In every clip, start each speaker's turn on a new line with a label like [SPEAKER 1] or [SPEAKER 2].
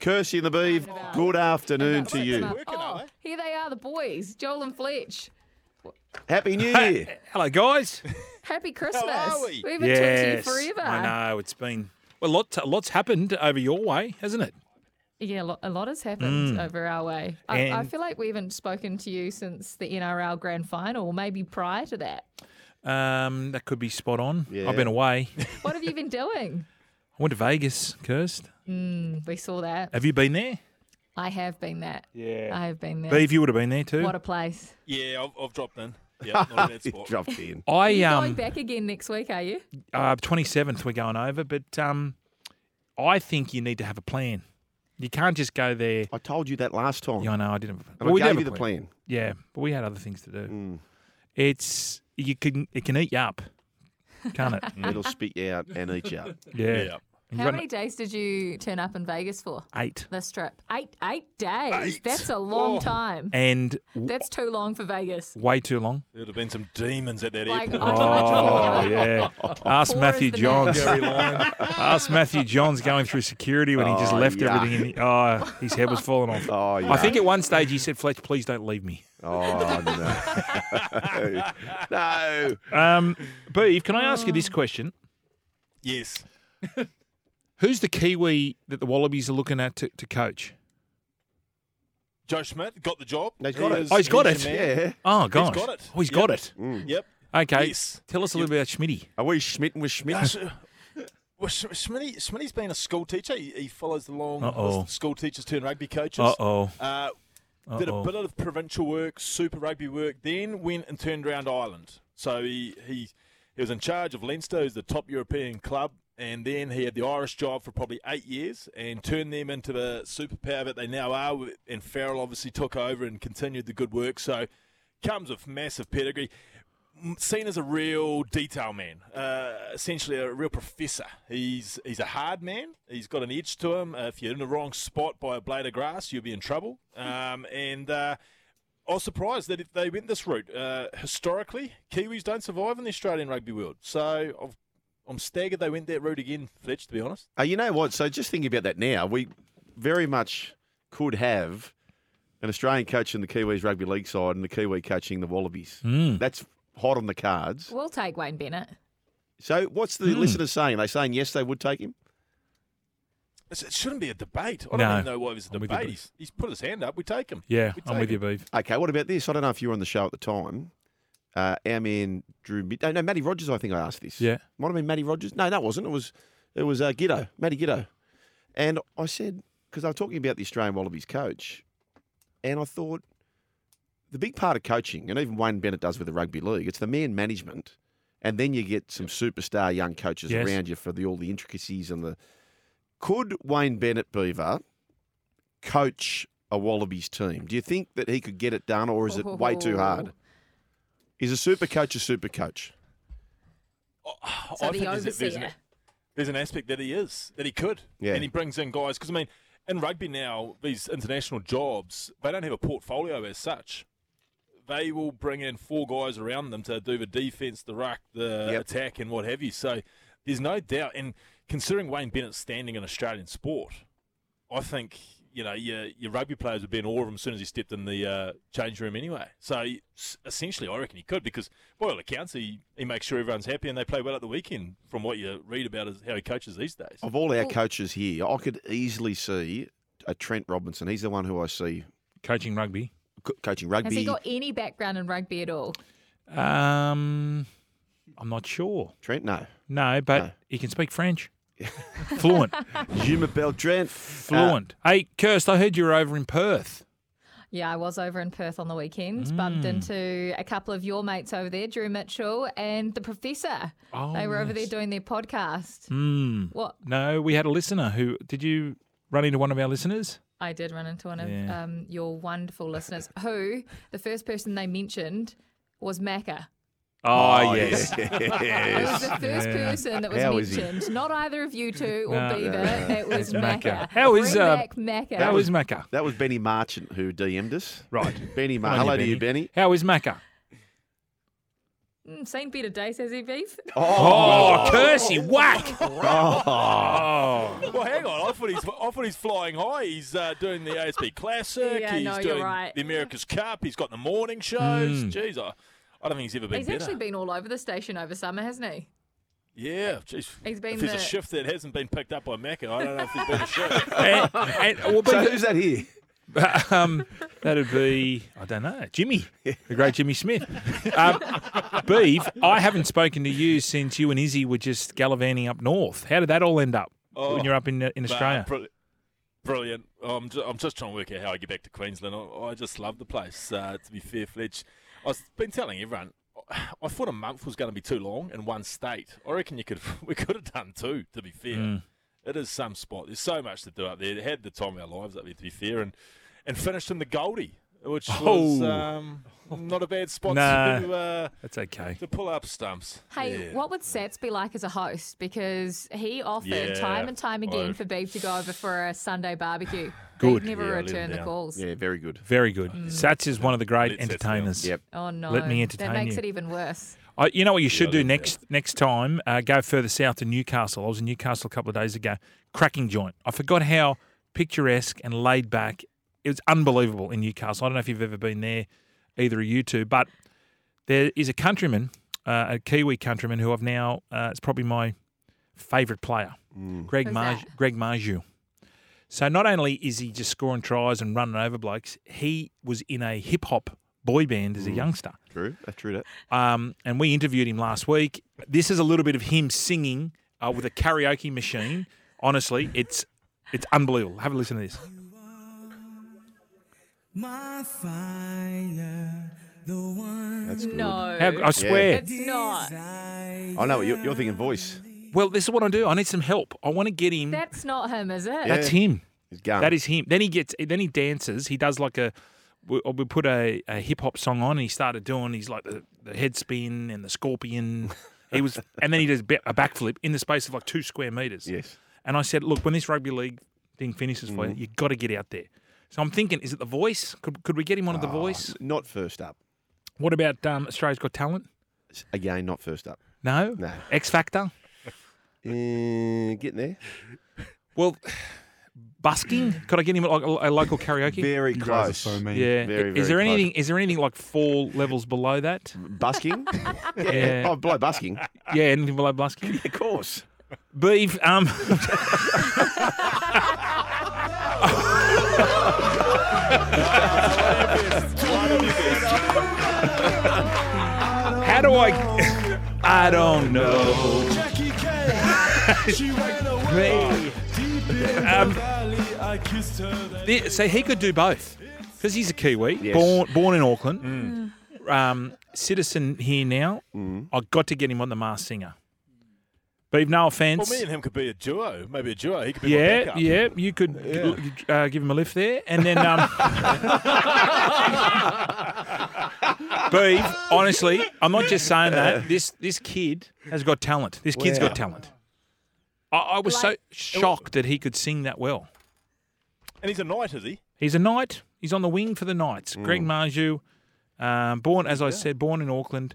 [SPEAKER 1] Kirsty and the Beeve, good afternoon to you.
[SPEAKER 2] Oh, here they are, the boys, Joel and Fletch.
[SPEAKER 1] Happy New Year.
[SPEAKER 3] Hello, guys.
[SPEAKER 2] Happy Christmas.
[SPEAKER 1] are we?
[SPEAKER 2] haven't
[SPEAKER 3] yes,
[SPEAKER 2] talked to you forever.
[SPEAKER 3] I know it's been well. Lot, lots happened over your way, hasn't it?
[SPEAKER 2] Yeah, lo- a lot has happened over our way. I, I
[SPEAKER 3] Mm. And-
[SPEAKER 2] feel like we haven't spoken to you since the NRL grand final, or maybe prior to that.
[SPEAKER 3] Um, that could be spot on.
[SPEAKER 1] Yeah.
[SPEAKER 3] I've been away. I
[SPEAKER 2] What have you been doing?
[SPEAKER 3] went to Vegas, Kirst.
[SPEAKER 2] We saw that.
[SPEAKER 3] Have you been there?
[SPEAKER 2] I have been that. Yeah. I have been there.
[SPEAKER 3] Beeve, you would have been there too.
[SPEAKER 2] What a place.
[SPEAKER 4] Yeah, I've, I've dropped in. Yeah, not a bad spot.
[SPEAKER 1] Dropped in.
[SPEAKER 3] I
[SPEAKER 2] You're going
[SPEAKER 3] um
[SPEAKER 2] back again next week, are you?
[SPEAKER 3] uh, 27th we're going over, but um, I think you need to have a plan. You can't just go there.
[SPEAKER 1] I told you that last time.
[SPEAKER 3] Yeah, I know I didn't. Have a,
[SPEAKER 1] and I
[SPEAKER 3] we did
[SPEAKER 1] gave
[SPEAKER 3] have
[SPEAKER 1] you
[SPEAKER 3] a
[SPEAKER 1] the plan. Mm.
[SPEAKER 3] Yeah, but we had other things to do. It's you can it can eat you up, can't it?
[SPEAKER 1] It'll spit you out and eat you up.
[SPEAKER 3] yeah.
[SPEAKER 4] Yeah.
[SPEAKER 3] And you
[SPEAKER 2] How
[SPEAKER 3] got
[SPEAKER 2] many days did you turn up in Vegas for
[SPEAKER 3] an eight.
[SPEAKER 2] this trip? Eight. Eight days. That's a long time.
[SPEAKER 3] and w-
[SPEAKER 2] That's too long for Vegas.
[SPEAKER 3] way too long.
[SPEAKER 4] There'd have been some demons at that
[SPEAKER 2] Like,
[SPEAKER 4] airport.
[SPEAKER 2] I can't imagine.
[SPEAKER 3] Oh, yeah. Ask
[SPEAKER 2] Poor
[SPEAKER 3] Matthew
[SPEAKER 2] as the
[SPEAKER 3] Johns.
[SPEAKER 2] next.
[SPEAKER 3] Ask Matthew Johns going through security when he just
[SPEAKER 1] Oh,
[SPEAKER 3] left
[SPEAKER 1] yuck.
[SPEAKER 3] everything in the. Oh, his head was falling off.
[SPEAKER 1] Oh, yeah.
[SPEAKER 3] I think at one stage he said, Fletch, please don't leave me.
[SPEAKER 1] Oh, no. no.
[SPEAKER 3] Um, Beeve, can I ask you this question?
[SPEAKER 4] yes.
[SPEAKER 3] Who's the Kiwi that the Wallabies are looking at to, to coach?
[SPEAKER 4] Joe Schmidt got the job.
[SPEAKER 1] No, he's got it.
[SPEAKER 4] is-
[SPEAKER 3] Oh, he's got
[SPEAKER 4] the
[SPEAKER 3] it.
[SPEAKER 4] man.
[SPEAKER 1] Yeah.
[SPEAKER 3] Oh, God.
[SPEAKER 4] got it.
[SPEAKER 3] Oh, he's
[SPEAKER 4] Yep.
[SPEAKER 3] got it.
[SPEAKER 4] Yep.
[SPEAKER 3] Okay.
[SPEAKER 4] Yes.
[SPEAKER 3] Tell us a little bit about Schmitty.
[SPEAKER 1] Are we schmitten with schmitten?
[SPEAKER 4] Yes. Well, Sch- Schmitty, Schmitty's been a school teacher. He, he follows the long
[SPEAKER 3] Uh-oh.
[SPEAKER 4] list of school teachers turn rugby coaches.
[SPEAKER 3] Uh oh.
[SPEAKER 4] Uh, did a
[SPEAKER 3] Uh-oh.
[SPEAKER 4] bit of provincial work, super rugby work, then went and turned around Ireland. So he he, he was in charge of Leinster, who's the top European club, and then he had the Irish job for probably eight years and turned them into the superpower that they now are. with- And Farrell obviously took over and continued the good work. So comes with massive pedigree. M- Seen as a real detail man, uh, essentially a real professor. He's he's a hard man. He's got an edge to him. Uh, if you're in the wrong spot by a blade of grass, you'll be in trouble.
[SPEAKER 3] Hmm.
[SPEAKER 4] Um, and uh, I was surprised that if they went this route. Uh, historically, Kiwis don't survive in the Australian rugby world, so I've, I'm staggered they went that route again. Fletch, to be honest.
[SPEAKER 1] Uh, you know what? So just thinking about that now, we very much could have an Australian coach in the Kiwis rugby league side and the Kiwi coaching the Wallabies. That's hot on the cards.
[SPEAKER 2] We'll take Wayne Bennett.
[SPEAKER 1] So what's the listeners saying? Are they saying yes, they would take him?
[SPEAKER 4] It's, it shouldn't be a debate. I don't
[SPEAKER 3] No.
[SPEAKER 4] even know why it was a
[SPEAKER 3] I'm with you,
[SPEAKER 4] debate.
[SPEAKER 3] Bruce.
[SPEAKER 4] He's, he's put his hand up. We take him.
[SPEAKER 3] Yeah,
[SPEAKER 4] We
[SPEAKER 3] I'm
[SPEAKER 4] take
[SPEAKER 3] with you,
[SPEAKER 4] him.
[SPEAKER 3] Beeve.
[SPEAKER 1] Okay, what about this? I don't know if you were on the show at the time. Uh, our man Drew. Mid- no, no, Matty Rogers. I think I asked this.
[SPEAKER 3] Yeah.
[SPEAKER 1] might have been Matty Rogers. No, that wasn't. It was it was uh, Giddo, Matty Giddo. And I said because I was talking about the Australian Wallabies coach, and I thought the big part of coaching, and even Wayne Bennett does with the rugby league, it's the man management, and then you get some superstar young coaches
[SPEAKER 3] Yes.
[SPEAKER 1] around you for the all the intricacies and the. Could Wayne Bennett Beaver coach a Wallabies team? Do you think that he could get it done, or is it way too
[SPEAKER 2] Oh.
[SPEAKER 1] hard? Is a super coach a super coach?
[SPEAKER 2] So
[SPEAKER 4] I
[SPEAKER 2] the
[SPEAKER 4] think there's a- there's an-
[SPEAKER 2] overseer.
[SPEAKER 4] there's an aspect that he is that he could,
[SPEAKER 1] Yeah.
[SPEAKER 4] and he brings in guys because I mean, in rugby now, these international jobs they don't have a portfolio as such. They will bring in four guys around them to do the defense, the ruck, the
[SPEAKER 1] Yep.
[SPEAKER 4] attack, and what have you. So there's no doubt, and considering Wayne Bennett's standing in Australian sport, I think you know your your rugby players would be in awe of him as soon as he stepped in the uh, change room anyway. So s- essentially, I reckon he could because by all accounts, he, he makes sure everyone's happy and they play well at the weekend. From what you read about is how he coaches these days.
[SPEAKER 1] Of all our coaches here, I could easily see a Trent Robinson. He's the one who I see
[SPEAKER 3] Coaching rugby.
[SPEAKER 1] co- coaching
[SPEAKER 2] Has
[SPEAKER 1] rugby.
[SPEAKER 2] he got any background in rugby at all?
[SPEAKER 3] Um, I'm not sure.
[SPEAKER 1] Trent, no.
[SPEAKER 3] No, but
[SPEAKER 1] No. Uh,
[SPEAKER 3] he can speak French. Fluent.
[SPEAKER 1] Juma Uh, Bell Trent.
[SPEAKER 3] Fluent. hey, Kirst, I heard you were over in Perth.
[SPEAKER 2] Yeah, I was over in Perth on the weekend, bumped
[SPEAKER 3] Hmm.
[SPEAKER 2] into a couple of your mates over there, Drew Mitchell and the Professor.
[SPEAKER 3] Oh,
[SPEAKER 2] they were over there
[SPEAKER 3] yes. Hmm.
[SPEAKER 2] doing their podcast. What
[SPEAKER 3] No, we had a listener who. Did you run into one of our listeners?
[SPEAKER 2] I did run into one of
[SPEAKER 3] Yeah.
[SPEAKER 2] um, your wonderful listeners, who the first person they mentioned was Macca.
[SPEAKER 3] Oh,
[SPEAKER 1] yes.
[SPEAKER 2] It was the first person that was
[SPEAKER 1] How is he?
[SPEAKER 2] mentioned. Not either of you two or
[SPEAKER 3] No,
[SPEAKER 2] Beaver. It was
[SPEAKER 3] Macca.
[SPEAKER 2] Macca.
[SPEAKER 3] How is,
[SPEAKER 2] Bring
[SPEAKER 3] uh,
[SPEAKER 2] back Macca?
[SPEAKER 3] How is Macca?
[SPEAKER 1] that was Benny Marchant who DM'd us.
[SPEAKER 3] Right.
[SPEAKER 1] Benny, Ma-
[SPEAKER 3] Come on,
[SPEAKER 1] hello to you, Benny.
[SPEAKER 3] How is Macca?
[SPEAKER 2] Mm, seen better days, has he, Beef?
[SPEAKER 3] Oh, Kersey, whack!
[SPEAKER 1] Oh.
[SPEAKER 3] Oh,
[SPEAKER 4] Well, hang on. I thought he's, I thought he's flying high. He's uh, doing the ASB Classic.
[SPEAKER 2] Yeah,
[SPEAKER 4] he's
[SPEAKER 2] no, you're
[SPEAKER 4] doing
[SPEAKER 2] right.
[SPEAKER 4] the America's Cup. He's got the morning shows. Jeez, I, I don't think he's ever been
[SPEAKER 2] He's
[SPEAKER 4] better.
[SPEAKER 2] actually been all over the station over summer, hasn't he?
[SPEAKER 4] yeah, jeez.
[SPEAKER 2] He's been
[SPEAKER 4] if there's
[SPEAKER 2] the-
[SPEAKER 4] a shift that hasn't been picked up by Macca, I don't know if he's been a shift.
[SPEAKER 3] and, and, well,
[SPEAKER 1] So
[SPEAKER 3] but-
[SPEAKER 1] who's that here?
[SPEAKER 3] um, that'd be I don't know Jimmy, the great Jimmy Smith. Um, Beef, I haven't spoken to you since you and Izzy were just gallivanting up north. How did that all end up
[SPEAKER 4] Oh,
[SPEAKER 3] when you're up in uh, in Australia?
[SPEAKER 4] Nah, brill- brilliant. Oh, I'm, ju- I'm just trying to work out how I get back to Queensland. I, I just love the place, uh, to be fair fledged. I've been telling everyone. I- I thought a month was going to be too long in one state. I reckon you could we could have done two. To be fair,
[SPEAKER 3] Mm.
[SPEAKER 4] it is some spot. There's so much to do up there. Had the time of our lives up there. To be fair, and and finished in the Goldie, which was
[SPEAKER 3] Oh.
[SPEAKER 4] um, not a bad spot
[SPEAKER 3] Nah.
[SPEAKER 4] to uh,
[SPEAKER 3] That's okay.
[SPEAKER 4] to pull up stumps.
[SPEAKER 2] Hey,
[SPEAKER 4] Yeah.
[SPEAKER 2] what would Sats be like as a host? Because he offered
[SPEAKER 4] Yeah.
[SPEAKER 2] time and time again
[SPEAKER 4] Oh.
[SPEAKER 2] for Beef to go over for a Sunday barbecue.
[SPEAKER 3] Good.
[SPEAKER 2] Beef never
[SPEAKER 4] Yeah, I let him
[SPEAKER 2] returned the
[SPEAKER 4] down.
[SPEAKER 2] calls.
[SPEAKER 1] Yeah, very good.
[SPEAKER 3] Very good. Sats is one of the great
[SPEAKER 4] Let's- let's
[SPEAKER 3] entertainers.
[SPEAKER 1] go. Yep.
[SPEAKER 2] Oh no!
[SPEAKER 3] Let me entertain
[SPEAKER 2] That makes
[SPEAKER 3] you.
[SPEAKER 2] it even worse.
[SPEAKER 3] I, you know what you should
[SPEAKER 4] I
[SPEAKER 3] do
[SPEAKER 4] didn't
[SPEAKER 3] next next time? Uh, go further south to Newcastle. I was in Newcastle a couple of days ago. Cracking joint. I forgot how picturesque and laid back. It was unbelievable in Newcastle. I don't know if you've ever been there, either of you two, but there is a countryman, uh, a Kiwi countryman, who I've now. Uh, it's probably my favourite player, Greg
[SPEAKER 2] Who's
[SPEAKER 3] Marj-
[SPEAKER 2] that?
[SPEAKER 3] Greg Marju. So not only is he just scoring tries and running over blokes, he was in a hip hop boy band as a youngster.
[SPEAKER 1] True. That's true. That.
[SPEAKER 3] Um, and we interviewed him last week. This is a little bit of him singing uh, with a karaoke machine. Honestly, it's it's unbelievable. Have a listen to this.
[SPEAKER 5] My fire, the one
[SPEAKER 1] That's good.
[SPEAKER 2] No,
[SPEAKER 3] How, oh, I swear.
[SPEAKER 2] it's not.
[SPEAKER 5] I
[SPEAKER 1] I know. You're, you're thinking voice.
[SPEAKER 3] Well, this is what I do. I need some help. I want to get him.
[SPEAKER 2] That's not him, is it?
[SPEAKER 3] That's him.
[SPEAKER 1] He's gone.
[SPEAKER 3] That is him. Then he gets. Then he dances. He does like a. We, uh, we put a, a hip hop song on, and he started doing. He's like the, the head spin and the scorpion. He was, and then he does a backflip in the space of like two square meters.
[SPEAKER 1] Yes. Mm-hmm.
[SPEAKER 3] And I said, look, when this rugby league thing finishes for you, you've got to get out there. So I'm thinking, is it The Voice? Could, could we get him on of The
[SPEAKER 1] Ah.
[SPEAKER 3] Voice?
[SPEAKER 1] Not first up.
[SPEAKER 3] What about um, Australia's Got Talent?
[SPEAKER 1] S- Again, not first up.
[SPEAKER 3] No?
[SPEAKER 1] No.
[SPEAKER 3] X Factor?
[SPEAKER 1] Uh, getting there.
[SPEAKER 3] Well, busking? Could I get him at like a, a local karaoke?
[SPEAKER 1] Very
[SPEAKER 5] You guys are
[SPEAKER 1] close.
[SPEAKER 5] so mean.
[SPEAKER 1] very,
[SPEAKER 3] yeah. is
[SPEAKER 1] very
[SPEAKER 3] there
[SPEAKER 1] close.
[SPEAKER 3] anything? Is there anything like four levels below that?
[SPEAKER 1] Busking.
[SPEAKER 3] Yeah.
[SPEAKER 1] Oh, blow busking.
[SPEAKER 3] Yeah. Anything below busking?
[SPEAKER 1] Of course.
[SPEAKER 3] Beef. Um. How do I? I don't know.
[SPEAKER 5] Jackie K. she ran
[SPEAKER 3] Me.
[SPEAKER 5] deep in
[SPEAKER 3] Um,
[SPEAKER 5] valley. I kissed her. That
[SPEAKER 3] The- So he could do both, because he's a Kiwi,
[SPEAKER 1] Yes. Mm.
[SPEAKER 3] born born in Auckland, um, citizen here now. I got to get him on the Masked Singer. But no
[SPEAKER 4] Well,
[SPEAKER 3] offence.
[SPEAKER 4] me and him could be a duo. Maybe a duo. He could be my
[SPEAKER 3] yeah,
[SPEAKER 4] backup.
[SPEAKER 3] yeah, you could Uh, give him a lift there, and then. Um, Beef, honestly, I'm not just saying that. This this kid has got talent. This kid's
[SPEAKER 1] Wow.
[SPEAKER 3] got talent. I, I was
[SPEAKER 2] Like-
[SPEAKER 3] so shocked that he could sing that well.
[SPEAKER 4] And he's a knight, is he?
[SPEAKER 3] He's a knight. He's on the wing for the Knights. Greg Marju, um, born as I said, born in Auckland,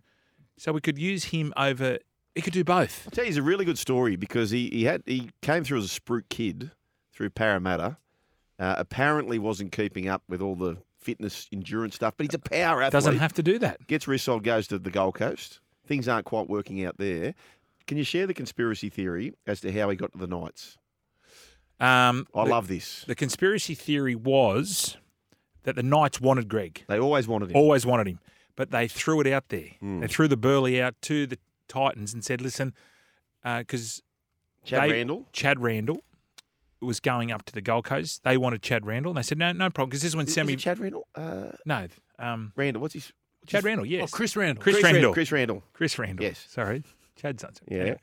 [SPEAKER 3] so we could use him over. He could do both.
[SPEAKER 1] Tell you, it's a really good story because he, he had he came through as a sprue kid through Parramatta. Uh, apparently, wasn't keeping up with all the fitness endurance stuff, but he's a power athlete.
[SPEAKER 3] Doesn't have to do that.
[SPEAKER 1] gets resold, goes to the Gold Coast. Things aren't quite working out there. Can you share the conspiracy theory as to how he got to the Knights?
[SPEAKER 3] Um,
[SPEAKER 1] I
[SPEAKER 3] the,
[SPEAKER 1] love this.
[SPEAKER 3] the conspiracy theory was that the Knights wanted Greg,
[SPEAKER 1] They always wanted him.
[SPEAKER 3] always wanted him, but they threw it out there.
[SPEAKER 1] Hmm.
[SPEAKER 3] They threw the burley out to the Titans and said, "Listen, because
[SPEAKER 1] Chad
[SPEAKER 3] they-
[SPEAKER 1] Randall.
[SPEAKER 3] Chad Randall." Was going up to the Gold Coast. They wanted Chad Randall. And they said, no, no problem, because this is when
[SPEAKER 1] Is- is
[SPEAKER 3] Sammy.
[SPEAKER 1] it Chad Randall. Uh,
[SPEAKER 3] no, um,
[SPEAKER 1] Randall. What's his? what's
[SPEAKER 3] Chad
[SPEAKER 1] his-
[SPEAKER 3] Randall, yes.
[SPEAKER 5] Chris Randall.
[SPEAKER 3] Chris,
[SPEAKER 1] Rand-
[SPEAKER 3] Randall.
[SPEAKER 1] Oh, Chris Randall.
[SPEAKER 3] Chris Randall.
[SPEAKER 1] Yes.
[SPEAKER 3] Sorry. Chad's not.
[SPEAKER 1] Yeah.
[SPEAKER 3] Anyway,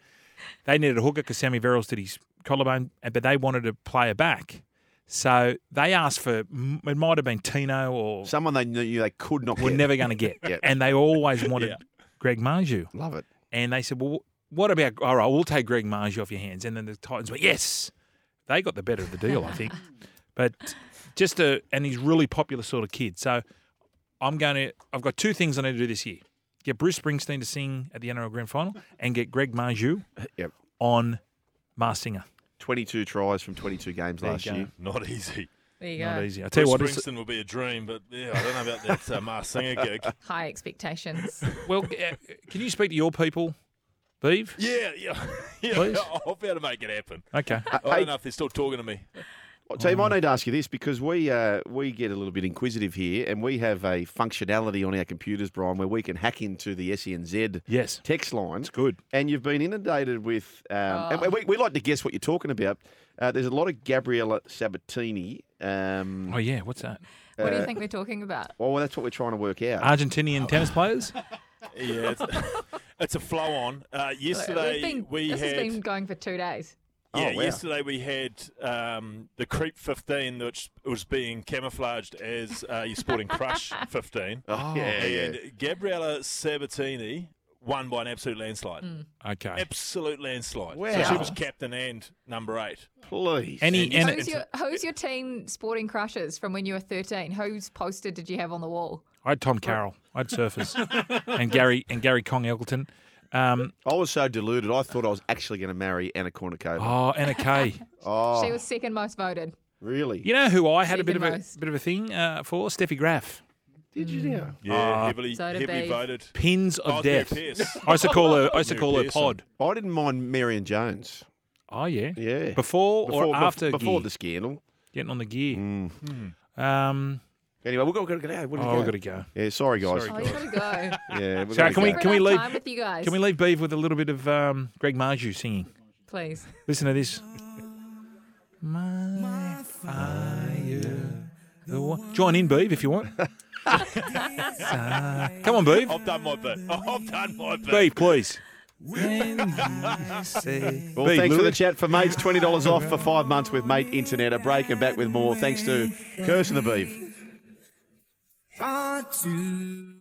[SPEAKER 3] They needed a hooker because Sammy Verrills did his collarbone, and- but they wanted a player back. So they asked for, m- it might have been Tino or
[SPEAKER 1] Someone they knew they could not.
[SPEAKER 3] we're
[SPEAKER 1] get.
[SPEAKER 3] never going to get.
[SPEAKER 1] Yeah.
[SPEAKER 3] And they always wanted
[SPEAKER 4] Yeah.
[SPEAKER 3] Greg Marju.
[SPEAKER 1] love it.
[SPEAKER 3] And they said, well, what about, all right, we'll take Greg Marju off your hands. And then the Titans went, yes. They got the better of the deal, I think. But just a, and he's really popular sort of kid. So I'm going to, I've got two things I need to do this year. get Bruce Springsteen to sing at the NRL Grand Final, and get Greg Marju
[SPEAKER 1] Yep.
[SPEAKER 3] on Mars Singer.
[SPEAKER 1] 22 tries from 22 games
[SPEAKER 3] There you
[SPEAKER 1] last
[SPEAKER 3] go.
[SPEAKER 1] year.
[SPEAKER 4] Not easy.
[SPEAKER 2] There you
[SPEAKER 3] Not
[SPEAKER 2] go.
[SPEAKER 3] easy. I tell
[SPEAKER 4] Bruce
[SPEAKER 3] you what, it's,
[SPEAKER 4] Springsteen will be a dream, but yeah, I don't know about that uh, Mars Singer gig.
[SPEAKER 2] High expectations.
[SPEAKER 3] well, uh, can you speak to your people, Beeve?
[SPEAKER 4] Yeah, yeah, yeah.
[SPEAKER 3] Please?
[SPEAKER 4] I'll be able to make it happen.
[SPEAKER 3] Okay.
[SPEAKER 2] Uh,
[SPEAKER 4] I
[SPEAKER 1] Hey,
[SPEAKER 4] don't know if they're still talking to me.
[SPEAKER 1] Well, Team, I need to ask you this because we uh, we get a little bit inquisitive here, and we have a functionality on our computers, Brian, where we can hack into the SENZ
[SPEAKER 3] Yes.
[SPEAKER 1] text line.
[SPEAKER 3] Good.
[SPEAKER 1] And you've been inundated with, um,
[SPEAKER 2] Oh.
[SPEAKER 1] and we, we like to guess what you're talking about. Uh, there's a lot of Gabriella Sabatini. Um, oh,
[SPEAKER 3] Oh yeah. What's that?
[SPEAKER 2] what do you think we're talking about?
[SPEAKER 1] well, that's what we're trying to work out.
[SPEAKER 3] Ah. Argentinian tennis players.
[SPEAKER 4] Yeah, it's, it's a flow on. Uh, yesterday
[SPEAKER 2] We've been-
[SPEAKER 4] we
[SPEAKER 2] this
[SPEAKER 4] had.
[SPEAKER 2] has been going for two days.
[SPEAKER 1] Oh,
[SPEAKER 4] Yeah,
[SPEAKER 1] wow.
[SPEAKER 4] yesterday we had um, the Creep 15, which was being camouflaged as uh, your Sporting Crush 15.
[SPEAKER 1] oh, yeah, yeah.
[SPEAKER 4] and Gabriella Sabatini won by an absolute landslide.
[SPEAKER 3] Okay.
[SPEAKER 4] Absolute landslide. So
[SPEAKER 1] Mm. Wow. Ah.
[SPEAKER 4] she was captain and number eight.
[SPEAKER 1] Please.
[SPEAKER 3] Any and
[SPEAKER 2] Who's your, who's your team sporting crushes from when you were 13? Whose poster did you have on the wall?
[SPEAKER 3] I had Tom Carroll. I had Surfers and Gary and Gary Kong Elgleton. Um,
[SPEAKER 1] I was so deluded. I thought I was actually going to marry Anna Kournikova.
[SPEAKER 3] oh, Anna Kay.
[SPEAKER 1] Oh,
[SPEAKER 2] She was second most voted.
[SPEAKER 1] really?
[SPEAKER 3] You know who I had a bit of a
[SPEAKER 2] Second-most.
[SPEAKER 3] bit of a thing uh, for? Steffi Graf.
[SPEAKER 1] Did you
[SPEAKER 3] Mm.
[SPEAKER 1] now?
[SPEAKER 4] Yeah, heavily,
[SPEAKER 2] So did
[SPEAKER 4] heavily
[SPEAKER 2] Bev.
[SPEAKER 4] voted.
[SPEAKER 3] Pins of
[SPEAKER 4] Oh, Mary
[SPEAKER 3] death.
[SPEAKER 4] Pierce.
[SPEAKER 3] I used to call her. I used to
[SPEAKER 4] Mary
[SPEAKER 3] call her
[SPEAKER 4] Pearson.
[SPEAKER 3] Pod.
[SPEAKER 1] I didn't mind Marion Jones.
[SPEAKER 3] Oh yeah.
[SPEAKER 1] Yeah.
[SPEAKER 3] Before,
[SPEAKER 1] bef-
[SPEAKER 3] or after
[SPEAKER 1] before
[SPEAKER 3] gear?
[SPEAKER 1] the scandal.
[SPEAKER 3] getting on the gear. Um.
[SPEAKER 1] Anyway, we've got to go. What do
[SPEAKER 3] Oh,
[SPEAKER 1] we
[SPEAKER 3] we've got
[SPEAKER 1] got?
[SPEAKER 3] to go.
[SPEAKER 1] Yeah, sorry guys.
[SPEAKER 4] Sorry,
[SPEAKER 2] Oh, you gotta go.
[SPEAKER 1] Yeah, we've
[SPEAKER 3] Sarah,
[SPEAKER 1] gotta
[SPEAKER 3] can we-
[SPEAKER 1] go.
[SPEAKER 2] We're out
[SPEAKER 3] can
[SPEAKER 2] of
[SPEAKER 3] leave-
[SPEAKER 2] Time with you guys,
[SPEAKER 3] Can we leave Beeve with a little bit of um, Greg Marju singing?
[SPEAKER 2] please?
[SPEAKER 3] Listen to this. My fire. The one. Join in, Beeve, if you want. Come on, Beeve.
[SPEAKER 4] I've done my bit. I've done my bit.
[SPEAKER 3] Beeve, please.
[SPEAKER 1] Well,
[SPEAKER 3] Big
[SPEAKER 1] thanks for the
[SPEAKER 3] Lewis.
[SPEAKER 1] chat for mates. Twenty dollars off for five months with Mate Internet. A break and back with more. Thanks to Kirsten the Beef.
[SPEAKER 5] Part two.